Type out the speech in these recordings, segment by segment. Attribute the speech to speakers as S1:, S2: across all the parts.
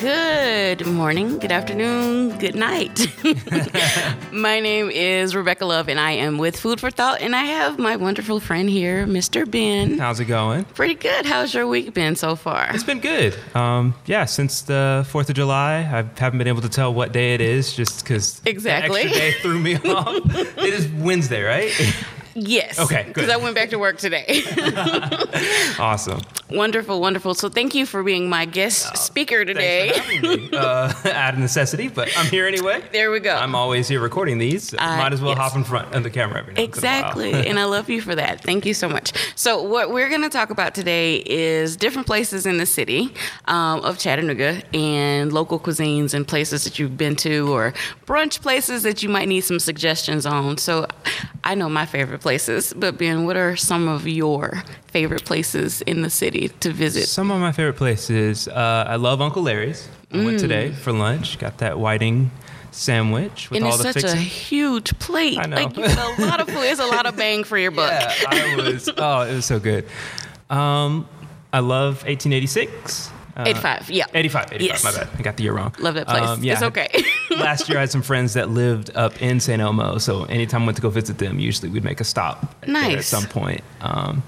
S1: Good morning, good afternoon, good night. my name is Rebecca Love, and I am with Food for Thought, and I have my wonderful friend here, Mr. Ben.
S2: How's it going?
S1: Pretty good. How's your week been so far?
S2: It's been good. Um, yeah, since the 4th of July, I haven't been able to tell what day it is just because
S1: Exactly.
S2: extra day threw me off. it is Wednesday, right?
S1: Yes.
S2: Okay, good.
S1: Because I went back to work today.
S2: Awesome.
S1: wonderful, wonderful. So thank you for being my guest speaker today.
S2: Oh, Thanks for having me. Uh, out of necessity, but I'm here anyway.
S1: There we go.
S2: I'm always here recording these. so
S1: Uh,
S2: Might as well
S1: yes.
S2: hop in front of the camera every now and then.
S1: Exactly. and I love you for that. Thank you so much. So, what we're going to talk about today is different places in the city um, of Chattanooga and local cuisines and places that you've been to or brunch places that you might need some suggestions on. So, I know my favorite places, but Ben, what are some of your favorite places in the city to visit?
S2: Some of my favorite places. Uh, I love Uncle Larry's. I went
S1: Mm.
S2: today for lunch. Got that whiting sandwich with
S1: And
S2: all
S1: it's
S2: the
S1: such
S2: fixings.
S1: a huge plate.
S2: I know.
S1: Like, you get a lot of food. It's a lot of bang for your buck.
S2: Yeah, I was. Oh, it was so good. Um, I love 1886. Uh,
S1: 85, yeah.
S2: 85, 85,
S1: Yes.
S2: my bad. I got the year wrong.
S1: Love that place.
S2: Um, yeah,
S1: It's
S2: I-
S1: okay.
S2: last year, I had some friends that lived up in St. Elmo. So anytime I went to go visit them, usually we'd make a stop there at
S1: Nice.
S2: some point. Um,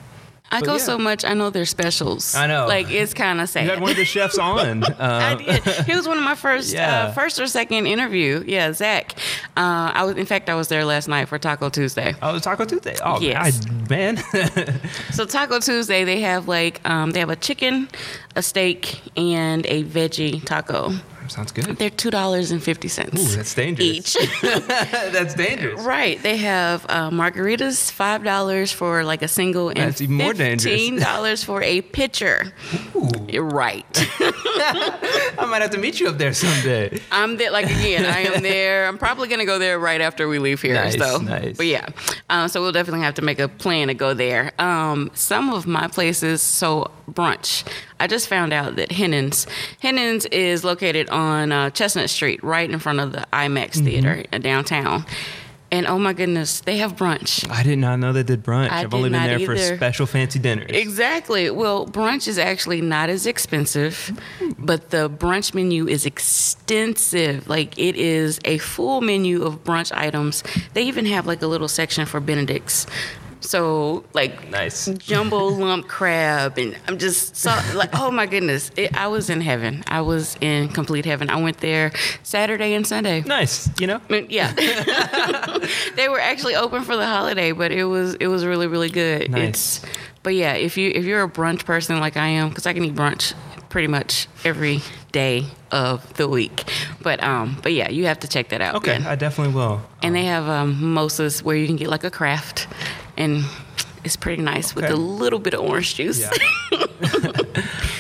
S1: I
S2: But
S1: go
S2: yeah.
S1: so much. I know their specials.
S2: I know.
S1: Like it's kind of sad.
S2: you had one of the chefs on. Uh,
S1: I did. He was one of my first,
S2: Yeah.
S1: uh, first or second interview. Yeah, Zach. Uh, I was. In fact, I was there last night for Taco Tuesday.
S2: oh, it was Taco Tuesday. Oh,
S1: Yes.
S2: God, man.
S1: So Taco Tuesday, they have like um, they have a chicken, a steak, and a veggie taco.
S2: Sounds good.
S1: They're two dollars and fifty cents.
S2: Ooh, that's dangerous.
S1: Each.
S2: That's dangerous.
S1: Right. They have uh, margaritas, five dollars for like a single, and
S2: That's even more dangerous.
S1: fifteen dollars for a pitcher. You're right.
S2: I might have to meet you up there someday.
S1: I'm there, like again, I am there. I'm probably gonna go there right after we leave here.
S2: Nice,
S1: so,
S2: nice.
S1: but yeah, um, so we'll definitely have to make a plan to go there. Um, some of my places, so brunch. I just found out that Hennen's Hennen's is located on uh, Chestnut Street, right in front of the IMAX
S2: Mm-hmm.
S1: Theater uh, downtown. And oh my goodness, they have brunch.
S2: I did not know they did brunch.
S1: I
S2: have
S1: did
S2: only been
S1: not
S2: there
S1: either.
S2: for special fancy dinners.
S1: Exactly. Well, brunch is actually not as expensive, but the brunch menu is extensive. Like it is a full menu of brunch items. They even have like a little section for Benedict's. So like
S2: Nice.
S1: jumbo lump crab and I'm just so like oh my goodness it, I was in heaven I was in complete heaven I went there Saturday and Sunday
S2: Nice, you know?
S1: I mean, Mm, yeah they were actually open for the holiday but it was it was really really good
S2: Nice.
S1: it's but yeah if you if you're a brunch person like i am because i can eat brunch pretty much every day of the week but um but yeah you have to check that out
S2: Okay,
S1: Ben.
S2: I definitely will.
S1: and they have um mimosas where you can get like a craft and it's pretty nice with
S2: Okay.
S1: a little bit of orange juice
S2: Yeah.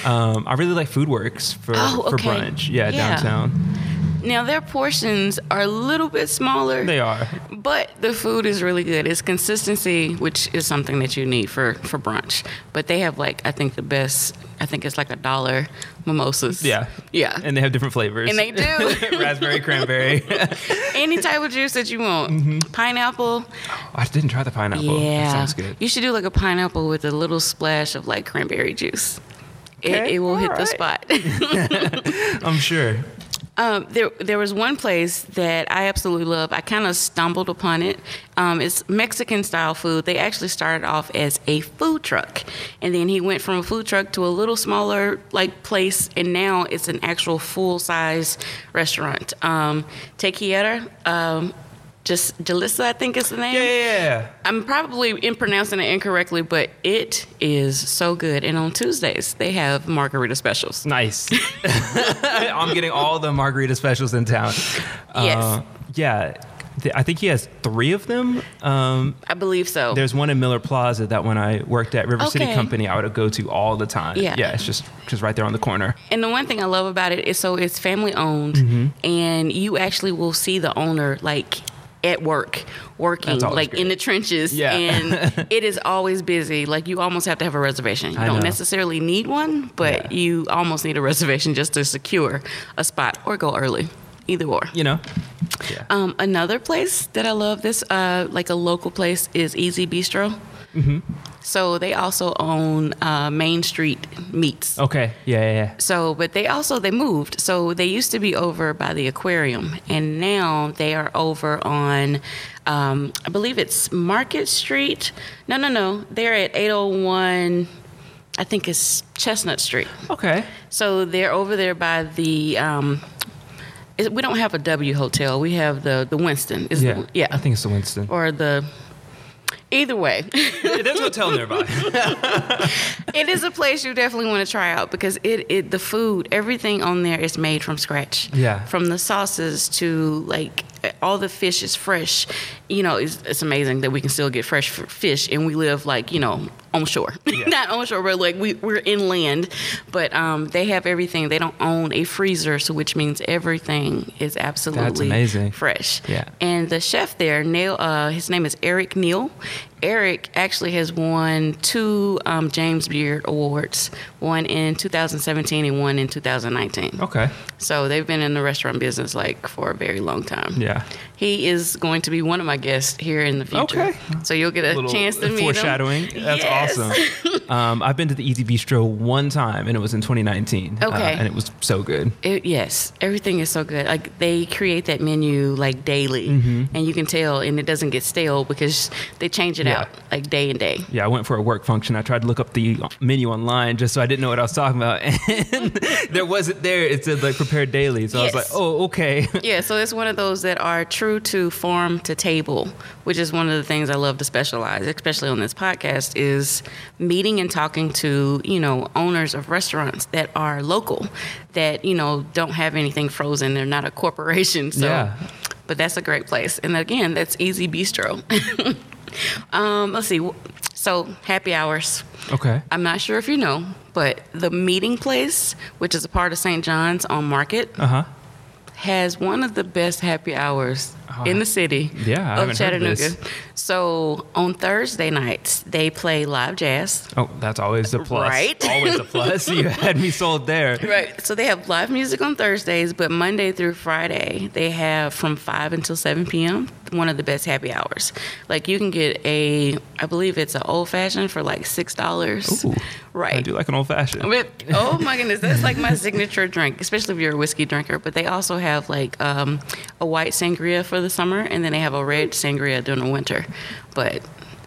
S2: um, I really like Foodworks for,
S1: Oh,
S2: for
S1: okay.
S2: brunch. Yeah,
S1: Yeah.
S2: downtown.
S1: now their portions are a little bit smaller
S2: They are.
S1: But the food is really good. It's consistency, which is something that you need for, for brunch. But they have like I think the best. I think it's like a dollar mimosas.
S2: Yeah.
S1: yeah.
S2: And they have different flavors.
S1: And they do.
S2: Raspberry, cranberry.
S1: Any type of juice that you want. Pineapple.
S2: I didn't try the pineapple.
S1: yeah,
S2: Mm-hmm. That sounds good.
S1: You should do like a pineapple with a little splash of like cranberry juice. It,
S2: Okay,
S1: it will hit the
S2: alright.
S1: spot.
S2: I'm sure.
S1: Um, there, there was one place that I absolutely love. I kind of stumbled upon it. Um, it's Mexican style food. They actually started off as a food truck, and then he went from a food truck to a little smaller like place, and now it's an actual full size restaurant. Um, Tequiera, um, just Jalissa, I think is the name.
S2: Yeah, yeah, yeah.
S1: I'm probably in pronouncing it incorrectly, but it is so good. And on Tuesdays they have margarita specials.
S2: Nice. I'm getting all the margarita specials in town. Uh, yeah. th- I think he has three of them. Um,
S1: I believe so.
S2: There's one in Miller Plaza that when I worked at River City
S1: Okay.
S2: Company, I would go to all the time.
S1: Yeah.
S2: yeah, it's just just right there on the corner.
S1: And the one thing I love about it is so it's family owned,
S2: Mm-hmm.
S1: and you actually will see the owner like at work, working
S2: That's always
S1: like in
S2: great.
S1: the trenches,
S2: Yeah.
S1: and it is always busy. Like you almost have to have a reservation. You
S2: I
S1: don't
S2: know.
S1: necessarily need one, but
S2: Yeah.
S1: you almost need a reservation just to secure a spot or go early. Either or.
S2: You know. Yeah.
S1: Um, another place that I love, this uh, like a local place, is Easy Bistro.
S2: Mm-hmm.
S1: So they also own uh, Main Street Meats.
S2: Okay. Yeah, yeah, yeah.
S1: So, but they also they moved. So they used to be over by the aquarium, and now they are over on, um, I believe it's Market Street. No, no, no. They're at 801. I think it's Chestnut Street.
S2: Okay.
S1: So they're over there by the. Um, is- we don't have a W hotel. We have the the Winston. Is
S2: Yeah.
S1: it- yeah.
S2: I think it's the Winston.
S1: or the. Either way,
S2: There's a hotel nearby.
S1: it is a place you definitely want to try out because it, it the food everything on there is made from scratch
S2: Yeah.
S1: from the sauces to like eh, all the fish is fresh you know it's, it's amazing that we can still get fresh f- fish and we live like you know on shore not on shore but like we, we're inland but um, they have everything they don't own a freezer so which means everything is absolutely
S2: amazing.
S1: fresh
S2: Yeah.
S1: and the chef there, Neil, uh, his name is Eric Neal. Eric actually has won two um, James Beard Awards, one in 2017 and one in 2019.
S2: okay.
S1: So they've been in the restaurant business like for a very long time.
S2: Yeah.
S1: He is going to be one of my guests here in the future.
S2: Okay.
S1: So you'll get a
S2: Little
S1: chance to meet him.
S2: foreshadowing. That's
S1: Yes.
S2: awesome. Um, I've been to the Easy Bistro one time, and it was in 2019. uh,
S1: Okay.
S2: and it was so good.
S1: It, yes, everything is so good. Like they create that menu like daily,
S2: Mm-hmm.
S1: and you can tell, and it doesn't get stale because they change it
S2: Yeah.
S1: out like day and day.
S2: Yeah, I went for a work function. I tried to look up the menu online just so I didn't know what I was talking about, and there wasn't there. It said like prepared daily, so I
S1: Yes.
S2: was like, oh, okay.
S1: Yeah, so it's one of those that are true to form to table, which is one of the things I love to specialize, especially on this podcast, is meeting and talking to, you know, owners of restaurants that are local, that, you know, don't have anything frozen. They're not a corporation. So
S2: Yeah.
S1: but that's a great place. And again, that's Easy Bistro. um, let's see. So happy hours.
S2: Okay.
S1: I'm not sure if you know, but the meeting place, which is a part of St. John's on Market,
S2: Uh huh.
S1: has one of the best happy hours
S2: Oh,
S1: in the city
S2: yeah, I
S1: of
S2: haven't heard of
S1: Chattanooga.
S2: this.
S1: So on Thursday nights, they play live jazz.
S2: Oh, that's always a plus.
S1: Right?
S2: Always a plus. you had me sold there.
S1: Right. So they have live music on Thursdays, but Monday through Friday, they have from 5 until 7 p.m. one of the best happy hours. Like you can get a, I believe it's an old fashioned for like $6.
S2: Ooh. I
S1: Right.
S2: do like an old fashioned.
S1: But oh my goodness, that's like my signature drink, especially if you're a whiskey drinker. But they also have like um, a white sangria for the summer, and then they have a red sangria during the winter. But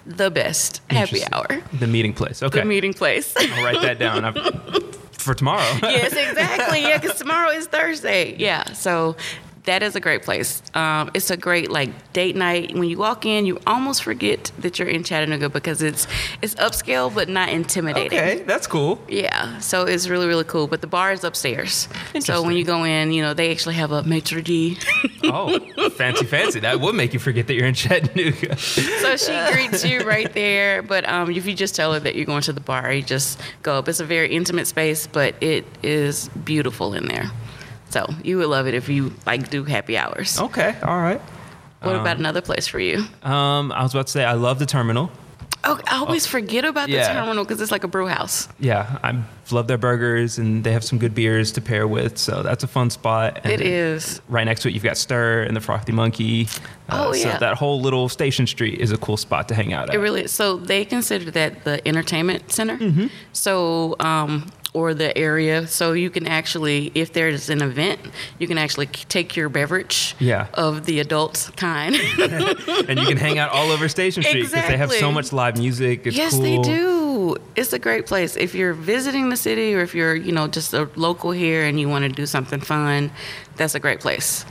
S1: the best happy
S2: Interesting.
S1: hour,
S2: The meeting place.
S1: the
S2: Okay.
S1: meeting place.
S2: I'll write that down I've- for tomorrow.
S1: yes, exactly. Yeah, because tomorrow is Thursday. Yeah, so. That is a great place. Um, it's a great like date night. When you walk in, you almost forget that you're in Chattanooga because it's it's upscale but not intimidating.
S2: Okay, that's cool.
S1: Yeah, so it's really really cool. But the bar is upstairs, so
S2: Interesting.
S1: when you go in, you know they actually have a maitre d.
S2: Oh, fancy, fancy. That would make you forget that you're in Chattanooga.
S1: so she greets you right there. But um, if you just tell her that you're going to the bar, you just go up. It's a very intimate space, but it is beautiful in there. So you would love it if you like do happy hours.
S2: Okay, all right.
S1: what about another place for you?
S2: Um, I was about to say I love the terminal.
S1: Oh, I always forget about
S2: yeah.
S1: the terminal because it's like a brew house.
S2: Yeah, I love their burgers and they have some good beers to pair with, so that's a fun spot. And
S1: It is.
S2: Right next to it, you've got Stir and the Frothy Monkey. Uh,
S1: Oh, yeah.
S2: So that whole little Station Street is a cool spot to hang out at.
S1: It really so they consider that the entertainment center.
S2: Mm-hmm.
S1: So um, or the area. So you can actually, if there's an event, you can actually k- take your beverage
S2: Yeah.
S1: of the adults kind.
S2: and you can hang out all over Station Street because they have so
S1: Exactly.
S2: much live music. It's
S1: yes,
S2: cool.
S1: they do. It's a great place if you're visiting the city or if you're you know just a local here and you want to do something fun. That's a great place.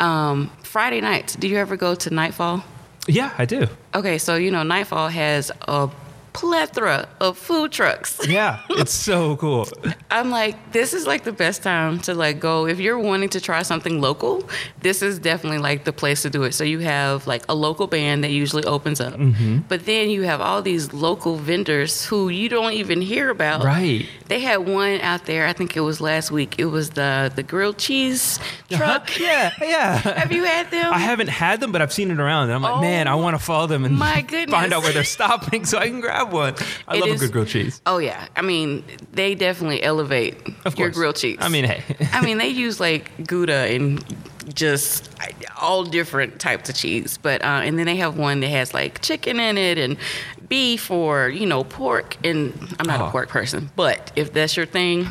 S1: Um, Friday nights. Do you ever go to Nightfall?
S2: Yeah, I do.
S1: Okay, so you know Nightfall has a plethora of food trucks.
S2: Yeah, it's so cool.
S1: I'm like, this is like the best time to like go. If you're wanting to try something local, this is definitely like the place to do it. So you have like a local band that usually opens up,
S2: Mm-hmm.
S1: but then you have all these local vendors who you don't even hear about.
S2: Right.
S1: They had one out there. I think it was last week. It was the the grilled cheese truck.
S2: yeah, yeah.
S1: have you had them?
S2: I haven't had them, but I've seen it around, and I'm like,
S1: Oh,
S2: man, I want to follow them and
S1: my
S2: find
S1: goodness.
S2: out where they're stopping so I can grab one. I
S1: It
S2: love
S1: is-
S2: a good grilled cheese.
S1: Oh yeah. I mean, they definitely elevate
S2: Of
S1: your
S2: course.
S1: grilled cheese.
S2: I mean, hey,
S1: I mean, they use like Gouda and just all different types of cheese. But uh, and then they have one that has like chicken in it and beef or you know pork. And I'm not
S2: Oh.
S1: a pork person, but if that's your thing,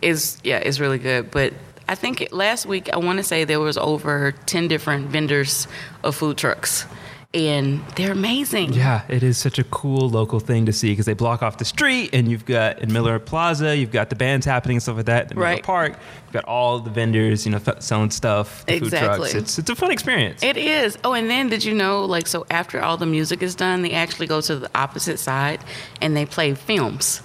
S1: is yeah, it's really good. But I think it, last week I want to say there was over ten different vendors of food trucks, and they're amazing.
S2: Yeah, it is such a cool local thing to see because they block off the street, and you've got in Miller Plaza, you've got the bands happening and stuff like that. In Miller
S1: Right.
S2: Park, you've got all the vendors, you know, f- selling stuff, the food
S1: Exactly.
S2: trucks. It's it's a fun experience.
S1: It is. Oh, and then did you know, like, so after all the music is done, they actually go to the opposite side and they play films,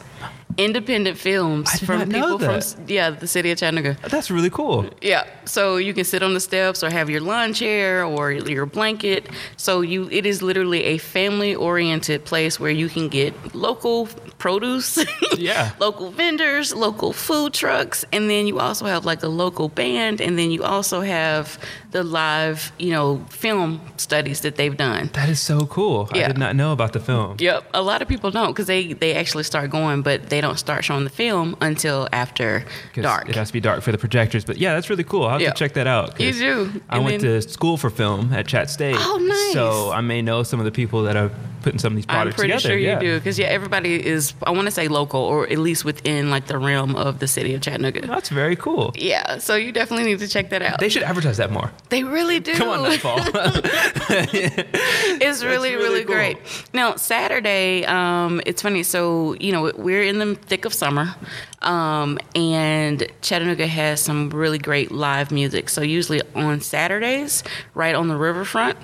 S1: independent films
S2: I did
S1: from
S2: not know
S1: people
S2: that.
S1: from, yeah, the city of Chattanooga.
S2: That's really cool.
S1: Yeah. So you can sit on the steps or have your lawn chair or your blanket. So you, it is literally a family oriented place where you can get local produce.
S2: Yeah.
S1: local vendors, local food trucks, and then you also have like a local band, and then you also have the live, you know, film studies that they've done.
S2: That is so cool. I
S1: Yeah.
S2: did not know about the film.
S1: Yep, a lot of people don't because they they actually start going, but they don't start showing the film until after
S2: 'Cause
S1: dark.
S2: It has to be dark for the projectors, but yeah, that's really cool. I'll have
S1: Yeah.
S2: to check that out. 'cause
S1: You do.
S2: I
S1: And
S2: went
S1: then-
S2: to school for film at Chat State.
S1: Oh, nice.
S2: So I may know some of the people that are putting some of these
S1: I'm
S2: products
S1: pretty
S2: together.
S1: sure you
S2: yeah.
S1: do because yeah, everybody is I want to say local or at least within like the realm of the city of Chattanooga.
S2: Oh, That's very cool.
S1: Yeah, so you definitely need to check that out.
S2: They
S1: They,
S2: should advertise that more.
S1: really do.
S2: Come on, Nightfall.
S1: It's really,
S2: really
S1: really,
S2: cool.
S1: great. Now, Saturday, um, it's funny. So, you know, we're in the thick of summer, um, and Chattanooga has some really great live music. So, usually on Saturdays, right on the riverfront,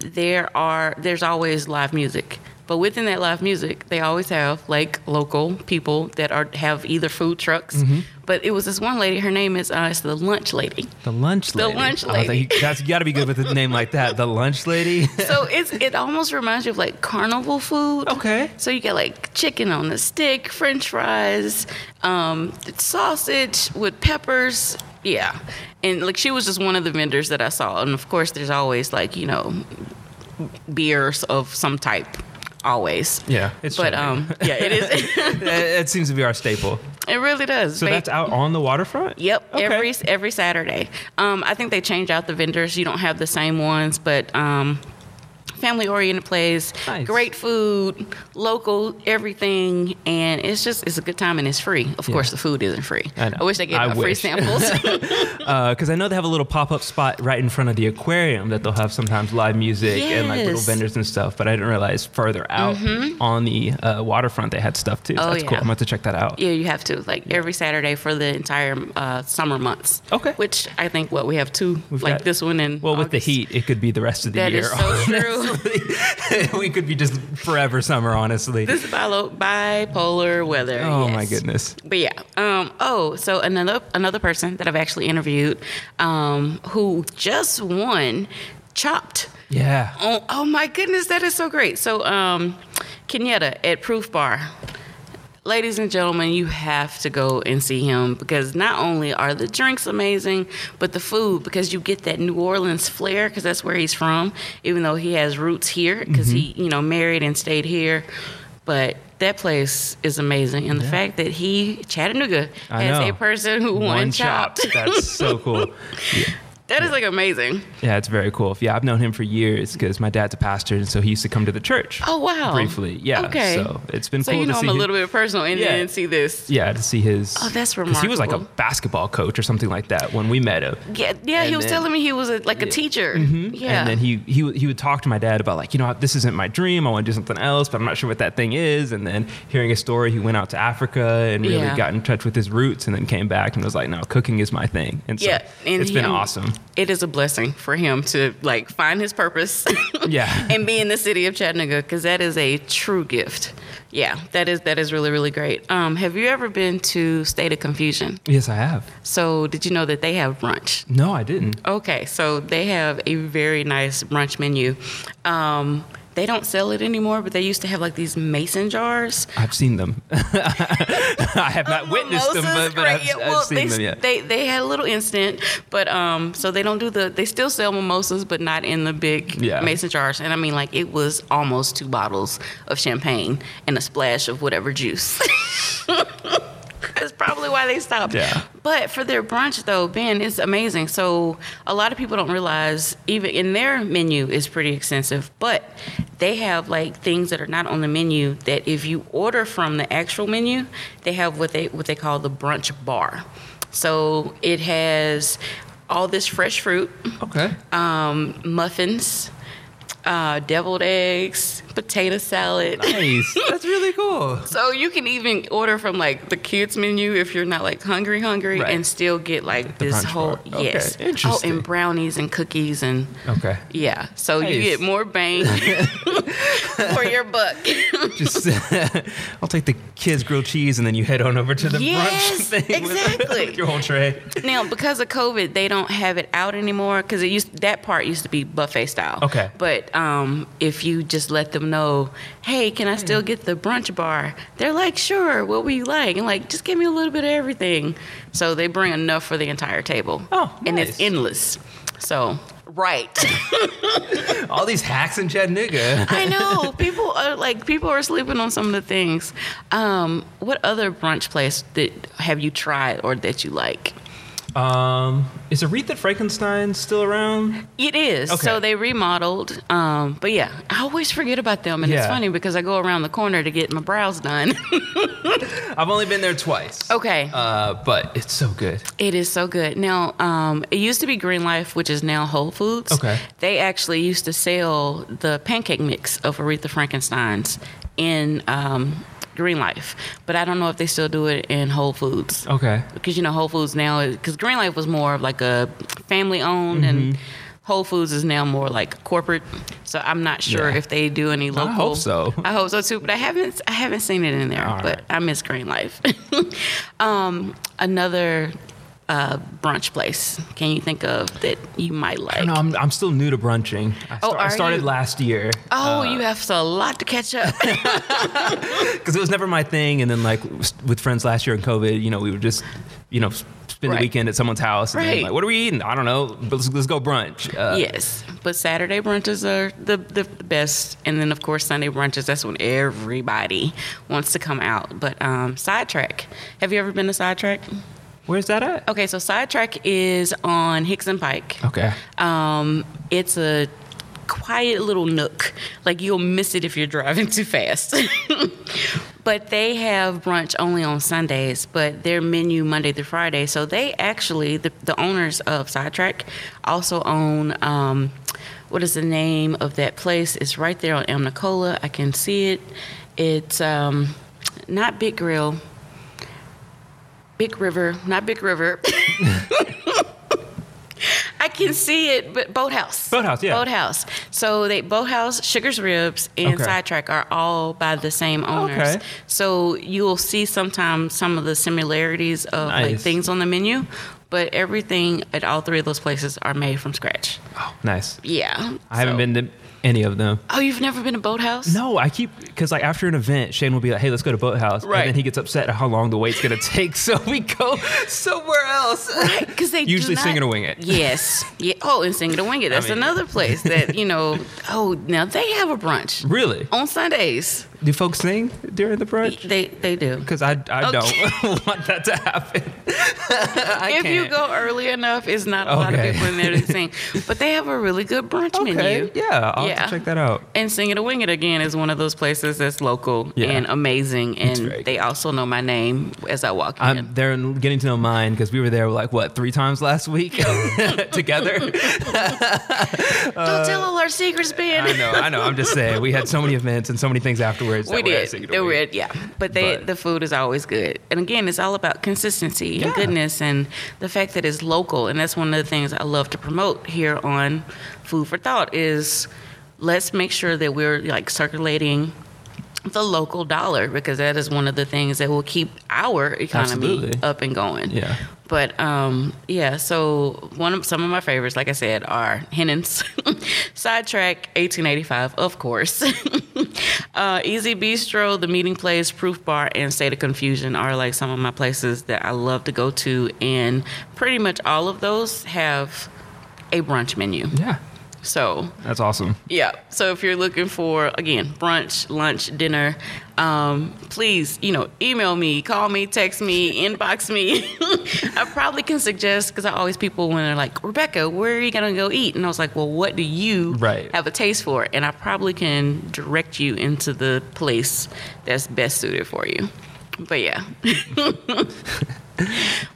S1: there are there's always live music. But within that live music, they always have like local people that are have either food trucks.
S2: Mm-hmm.
S1: But it was this one lady. Her name is uh, it's the lunch lady.
S2: The lunch lady.
S1: lunch
S2: I was like,
S1: lady.
S2: you- that's got to be good with a name like that. The lunch lady.
S1: so it's it almost reminds you of like carnival food.
S2: Okay.
S1: So you get like chicken on the stick, French fries, um, sausage with peppers. Yeah, and like she was just one of the vendors that I saw, and of course there's always like you know beers of some type, always.
S2: Yeah, it's
S1: but
S2: Chattanooga.
S1: um, yeah, it is.
S2: That- that seems to be our staple.
S1: it really does.
S2: So
S1: Ba-
S2: that's out on the waterfront.
S1: Yep,
S2: Okay.
S1: every every Saturday. Um, I think they change out the vendors. You don't have the same ones, but um, family oriented plays,
S2: Nice.
S1: great food, local everything, and it's just it's a good time and it's free. Of course, the food isn't free.
S2: I
S1: I,
S2: know.
S1: wish they gave
S2: I
S1: out free
S2: wish.
S1: samples.
S2: because Uh, I know they have a little pop up spot right in front of the aquarium that they'll have sometimes live music and like little
S1: Yes. Mm-hmm.
S2: vendors and stuff. But I didn't realize further out on the uh, waterfront they had stuff too. So
S1: Oh,
S2: that's cool.
S1: yeah.
S2: I'm going to check that out.
S1: yeah, you have to like every Saturday for the entire uh, summer months.
S2: Okay.
S1: which I think what we have 2
S2: We've
S1: like
S2: got-
S1: this one and
S2: Well, with the
S1: August.
S2: heat, it could be the rest of the
S1: That
S2: year.
S1: is so true.
S2: we could be just forever summer, honestly.
S1: This is bilo- bipolar weather.
S2: oh my
S1: yes.
S2: goodness.
S1: But yeah. Um, oh, so another another person that I've actually interviewed um, who just won Chopped.
S2: Yeah.
S1: Oh, oh my goodness, that is so great. So um, Kenyatta at Proof Bar. Ladies and gentlemen, you have to go and see him because not only are the drinks amazing, but the food because you get that New Orleans flair because that's where he's from, even though he has roots here because
S2: Mm-hmm.
S1: he, you know, married and stayed here. But that place is amazing. And the fact that he, Chattanooga,
S2: I
S1: has
S2: know.
S1: a person who won
S2: One
S1: chopped,
S2: That's so cool.
S1: that is like amazing.
S2: Yeah, it's very cool. Yeah, I've known him for years because my dad's a pastor, and so he used to come to the church.
S1: Oh, wow.
S2: Briefly, yeah.
S1: Okay.
S2: So it's been
S1: So
S2: cool
S1: you
S2: to
S1: know
S2: see.
S1: I'm a
S2: his-
S1: little bit personal and
S2: Yeah.
S1: then see this.
S2: yeah, to see his.
S1: Oh, that's
S2: 'cause He was like a
S1: remarkable.
S2: basketball coach or something like that when we met him.
S1: Yeah, yeah.
S2: And
S1: he was
S2: then- Mm-hmm.
S1: telling me he was a, like a teacher. Yeah.
S2: And then he he would- he would talk to my dad about like you know this isn't my dream. I want to do something else, but I'm not sure what that thing is. And then hearing his story, he went out to Africa and really
S1: Yeah.
S2: got in touch with his roots, and then came back and was like, no, cooking is my thing. And so
S1: yeah, and um,
S2: it's been
S1: him-
S2: awesome.
S1: It is a blessing for him to like find his purpose.
S2: Yeah.
S1: and be in the city of Chattanooga because that is a true gift. Yeah, that is that is really really great. Um, have you ever been to State of Confusion?
S2: Yes, I have.
S1: So did you know that they have brunch?
S2: No, I didn't.
S1: Okay, so they have a very nice brunch menu. Um, they don't sell it anymore, but they used to have like these mason jars.
S2: I've seen them. I have not witnessed them,
S1: Mimosas,
S2: but, but
S1: right,
S2: I've,
S1: yeah,
S2: I've
S1: Uh, well,
S2: seen
S1: they,
S2: them. Yeah.
S1: They they had a little incident, but um, so they don't do the. They still sell mimosas, but not in the big
S2: Yeah.
S1: mason jars. And I mean, like it was almost two bottles of champagne and a splash of whatever juice. That's probably why they stopped.
S2: Yeah.
S1: But for their brunch though, Ben, it's amazing. So a lot of people don't realize even in their menu is pretty extensive, but they have like things that are not on the menu that if you order from the actual menu, they have what they what they call the brunch bar. So it has all this fresh fruit,
S2: Okay.
S1: um, muffins, uh, deviled eggs, potato salad.
S2: Nice. That's really cool.
S1: So you can even order from like the kids menu if you're not like hungry hungry
S2: Right.
S1: and still get like
S2: The
S1: this
S2: brunch
S1: whole
S2: bar. Okay,
S1: yes. Oh,
S2: interesting.
S1: and brownies and cookies and
S2: Okay.
S1: yeah. So you
S2: Nice.
S1: get more bang for your buck.
S2: Just I'll take the kids grilled cheese and then you head on over to the
S1: Yes,
S2: brunch thing with-
S1: exactly.
S2: with your whole tray.
S1: now because of COVID, they don't have it out anymore because it used that part used to be buffet style.
S2: Okay.
S1: But um, if you just let them know, hey, can I still get the brunch bar? They're like, sure. What would you like? And like, just give me a little bit of everything. So they bring enough for the entire table.
S2: Oh,
S1: and it's
S2: nice.
S1: endless. So right.
S2: All these hacks in Chattanooga.
S1: I know people are like people are sleeping on some of the things. Um, what other brunch place that have you tried or that you like?
S2: Um, is Aretha Frankenstein still around?
S1: It is.
S2: Okay.
S1: So they remodeled. Um, but yeah, I always forget about them. And it's
S2: Yeah.
S1: funny because I go around the corner to get my brows done.
S2: I've only been there twice.
S1: Okay.
S2: Uh, but it's so good.
S1: it is so good. Now, um, it used to be Green Life, which is now Whole Foods.
S2: Okay.
S1: They actually used to sell the pancake mix of Aretha Frankenstein's in um, Green Life. But I don't know if they still do it in Whole Foods.
S2: Okay.
S1: because you know Whole Foods now because Green Life was more of like a family owned and
S2: Mm-hmm.
S1: Whole Foods is now more like corporate. So I'm not sure
S2: Yeah.
S1: if they do any
S2: hope
S1: local.
S2: so.
S1: I hope so too, but I haven't I haven't seen it in there.
S2: All
S1: but
S2: right.
S1: I miss Green Life. um, another uh, brunch place. Can you think of that you might like?
S2: No, I'm, I'm still new to brunching. I,
S1: Oh,
S2: I
S1: are
S2: started
S1: you?
S2: last year
S1: Oh,
S2: Uh,
S1: you have a lot to catch up.
S2: because it was never my thing. And then like s- with friends last year in COVID, you know, we would just, you know, s- spend
S1: Right.
S2: the weekend at someone's house. And
S1: Right.
S2: then like, what are we eating? I don't know. But let's, let's go brunch. Uh,
S1: yes, but Saturday brunches are the, the the best, and then of course Sunday brunches. That's when everybody wants to come out. But um, sidetrack. Have you ever been to sidetrack?
S2: Where's that at?
S1: Okay, so sidetrack is on Hicks and Pike.
S2: Okay.
S1: Um, it's a quiet little nook. Like you'll miss it if you're driving too fast. but they have brunch only on Sundays, but their menu Monday through Friday. So they actually the, the owners of Sidetrack also own um, what is the name of that place? It's right there on Am Nicola. I can see it. It's um, not Big Grill. Big River, not Big River. I can see it, but Boathouse.
S2: Boathouse, yeah.
S1: Boathouse. So they Boathouse, Sugar's Ribs, and
S2: Okay.
S1: Sidetrack are all by the same owners.
S2: Okay.
S1: So you'll see sometimes some of the similarities of like
S2: Nice.
S1: things on the menu, but everything at all three of those places are made from scratch.
S2: Oh, nice.
S1: Yeah.
S2: I haven't
S1: So-
S2: been to any of them.
S1: Oh, you've never been to Boathouse?
S2: No, I keep because like after an event, Shane will be like, "Hey, let's go to Boathouse,"
S1: Right.
S2: and then he gets upset at how long the wait's gonna take, so we go somewhere else.
S1: Because they do
S2: Usually
S1: not-
S2: sing it or wing it.
S1: Yes. Yeah. Oh, and sing it or wing it. That's
S2: mean-
S1: another place that you know. Oh, now they have a brunch
S2: Really?
S1: on Sundays.
S2: Do folks sing during the brunch?
S1: They they do.
S2: Because I, I
S1: Okay.
S2: don't want that to happen. I
S1: if you
S2: can't.
S1: go early enough, it's not a lot of
S2: Okay.
S1: people in there to sing. But they have a really good brunch
S2: okay,
S1: menu.
S2: yeah, I'll
S1: Yeah.
S2: have to check that out.
S1: And Sing It or Wing It Again is one of those places that's local
S2: Yeah.
S1: and amazing.
S2: It's
S1: And
S2: very
S1: they also know my name as I walk
S2: I'm
S1: in.
S2: they're getting to know mine because we were there like what three times last week together.
S1: Don't tell all our secrets, Ben.
S2: I know, I know. I'm just saying we had so many events and so many things afterwards.
S1: we
S2: that were at
S1: did.
S2: Sing It or
S1: They were
S2: Wing It.
S1: at- yeah. But they
S2: But-
S1: the food is always good. And again, it's all about consistency and
S2: Yeah.
S1: goodness and the fact that it's local. And that's one of the things I love to promote here on Food for Thought is let's make sure that we're like circulating the local dollar because that is one of the things that will keep our economy
S2: Absolutely.
S1: up and going.
S2: Yeah.
S1: But um, yeah, so one of some of my favorites, like I said, are Hennen's, Sidetrack, 1885, of course, uh, Easy Bistro, The Meeting Place, Proof Bar, and State of Confusion are like some of my places that I love to go to, and pretty much all of those have a brunch menu.
S2: Yeah.
S1: So
S2: That's awesome.
S1: yeah. So if you're looking for again brunch, lunch, dinner, um, please you know email me, call me, text me, inbox me. I probably can suggest because I always people when they're like Rebecca, where are you gonna go eat? And I was like, well, what do you
S2: Right.
S1: have a taste for? And I probably can direct you into the place that's best suited for you. But yeah.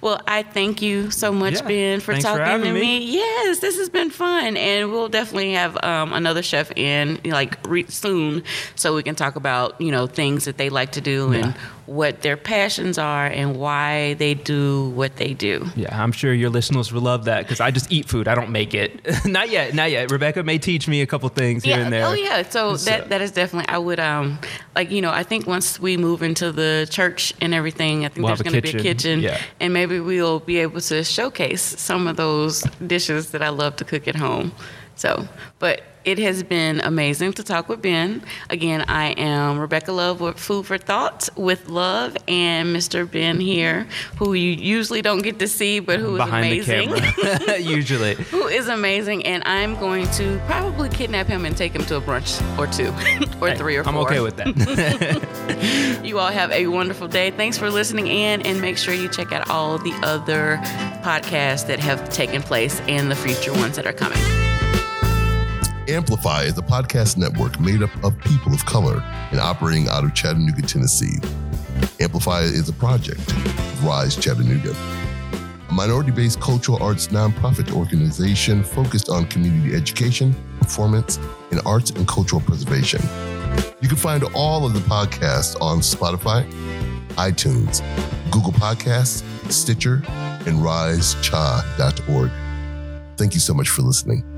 S1: Well, I thank you so much,
S2: Yeah.
S1: Ben, for
S2: Thanks for
S1: talking to
S2: having
S1: me.
S2: me.
S1: Yes, this has been fun, and we'll definitely have um, another chef in like re- soon, so we can talk about you know things that they like to do
S2: Yeah.
S1: and what their passions are and why they do what they do.
S2: Yeah, I'm sure your listeners will love that because I just eat food. I don't make it. not yet. Not yet. Rebecca may teach me a couple things here
S1: yeah.
S2: and there.
S1: Oh yeah. So, that that is definitely I would um like you know I think once we move into the church and everything I think
S2: We'll
S1: there's
S2: have a
S1: going to be a kitchen
S2: kitchen. Yeah.
S1: and maybe we'll be able to showcase some of those dishes that I love to cook at home. So, but it has been amazing to talk with Ben. Again, I am Rebecca Love with Food for Thought with Love and Mr. Ben here, who you usually don't get to see, but who is
S2: Behind
S1: amazing
S2: the camera, usually.
S1: who is amazing, and I'm going to probably kidnap him and take him to a brunch or two, or
S2: Hey,
S1: three or four.
S2: I'm okay with that.
S1: You all have a wonderful day. Thanks for listening in, and make sure you check out all the other podcasts that have taken place and the future ones that are coming.
S3: Amplify is a podcast network made up of people of color and operating out of Chattanooga, Tennessee. Amplify is a project of Rise Chattanooga, a minority based cultural arts nonprofit organization focused on community education, performance, and arts and cultural preservation. You can find all of the podcasts on Spotify, iTunes, Google Podcasts, Stitcher, and risecha.org. Thank you so much for listening.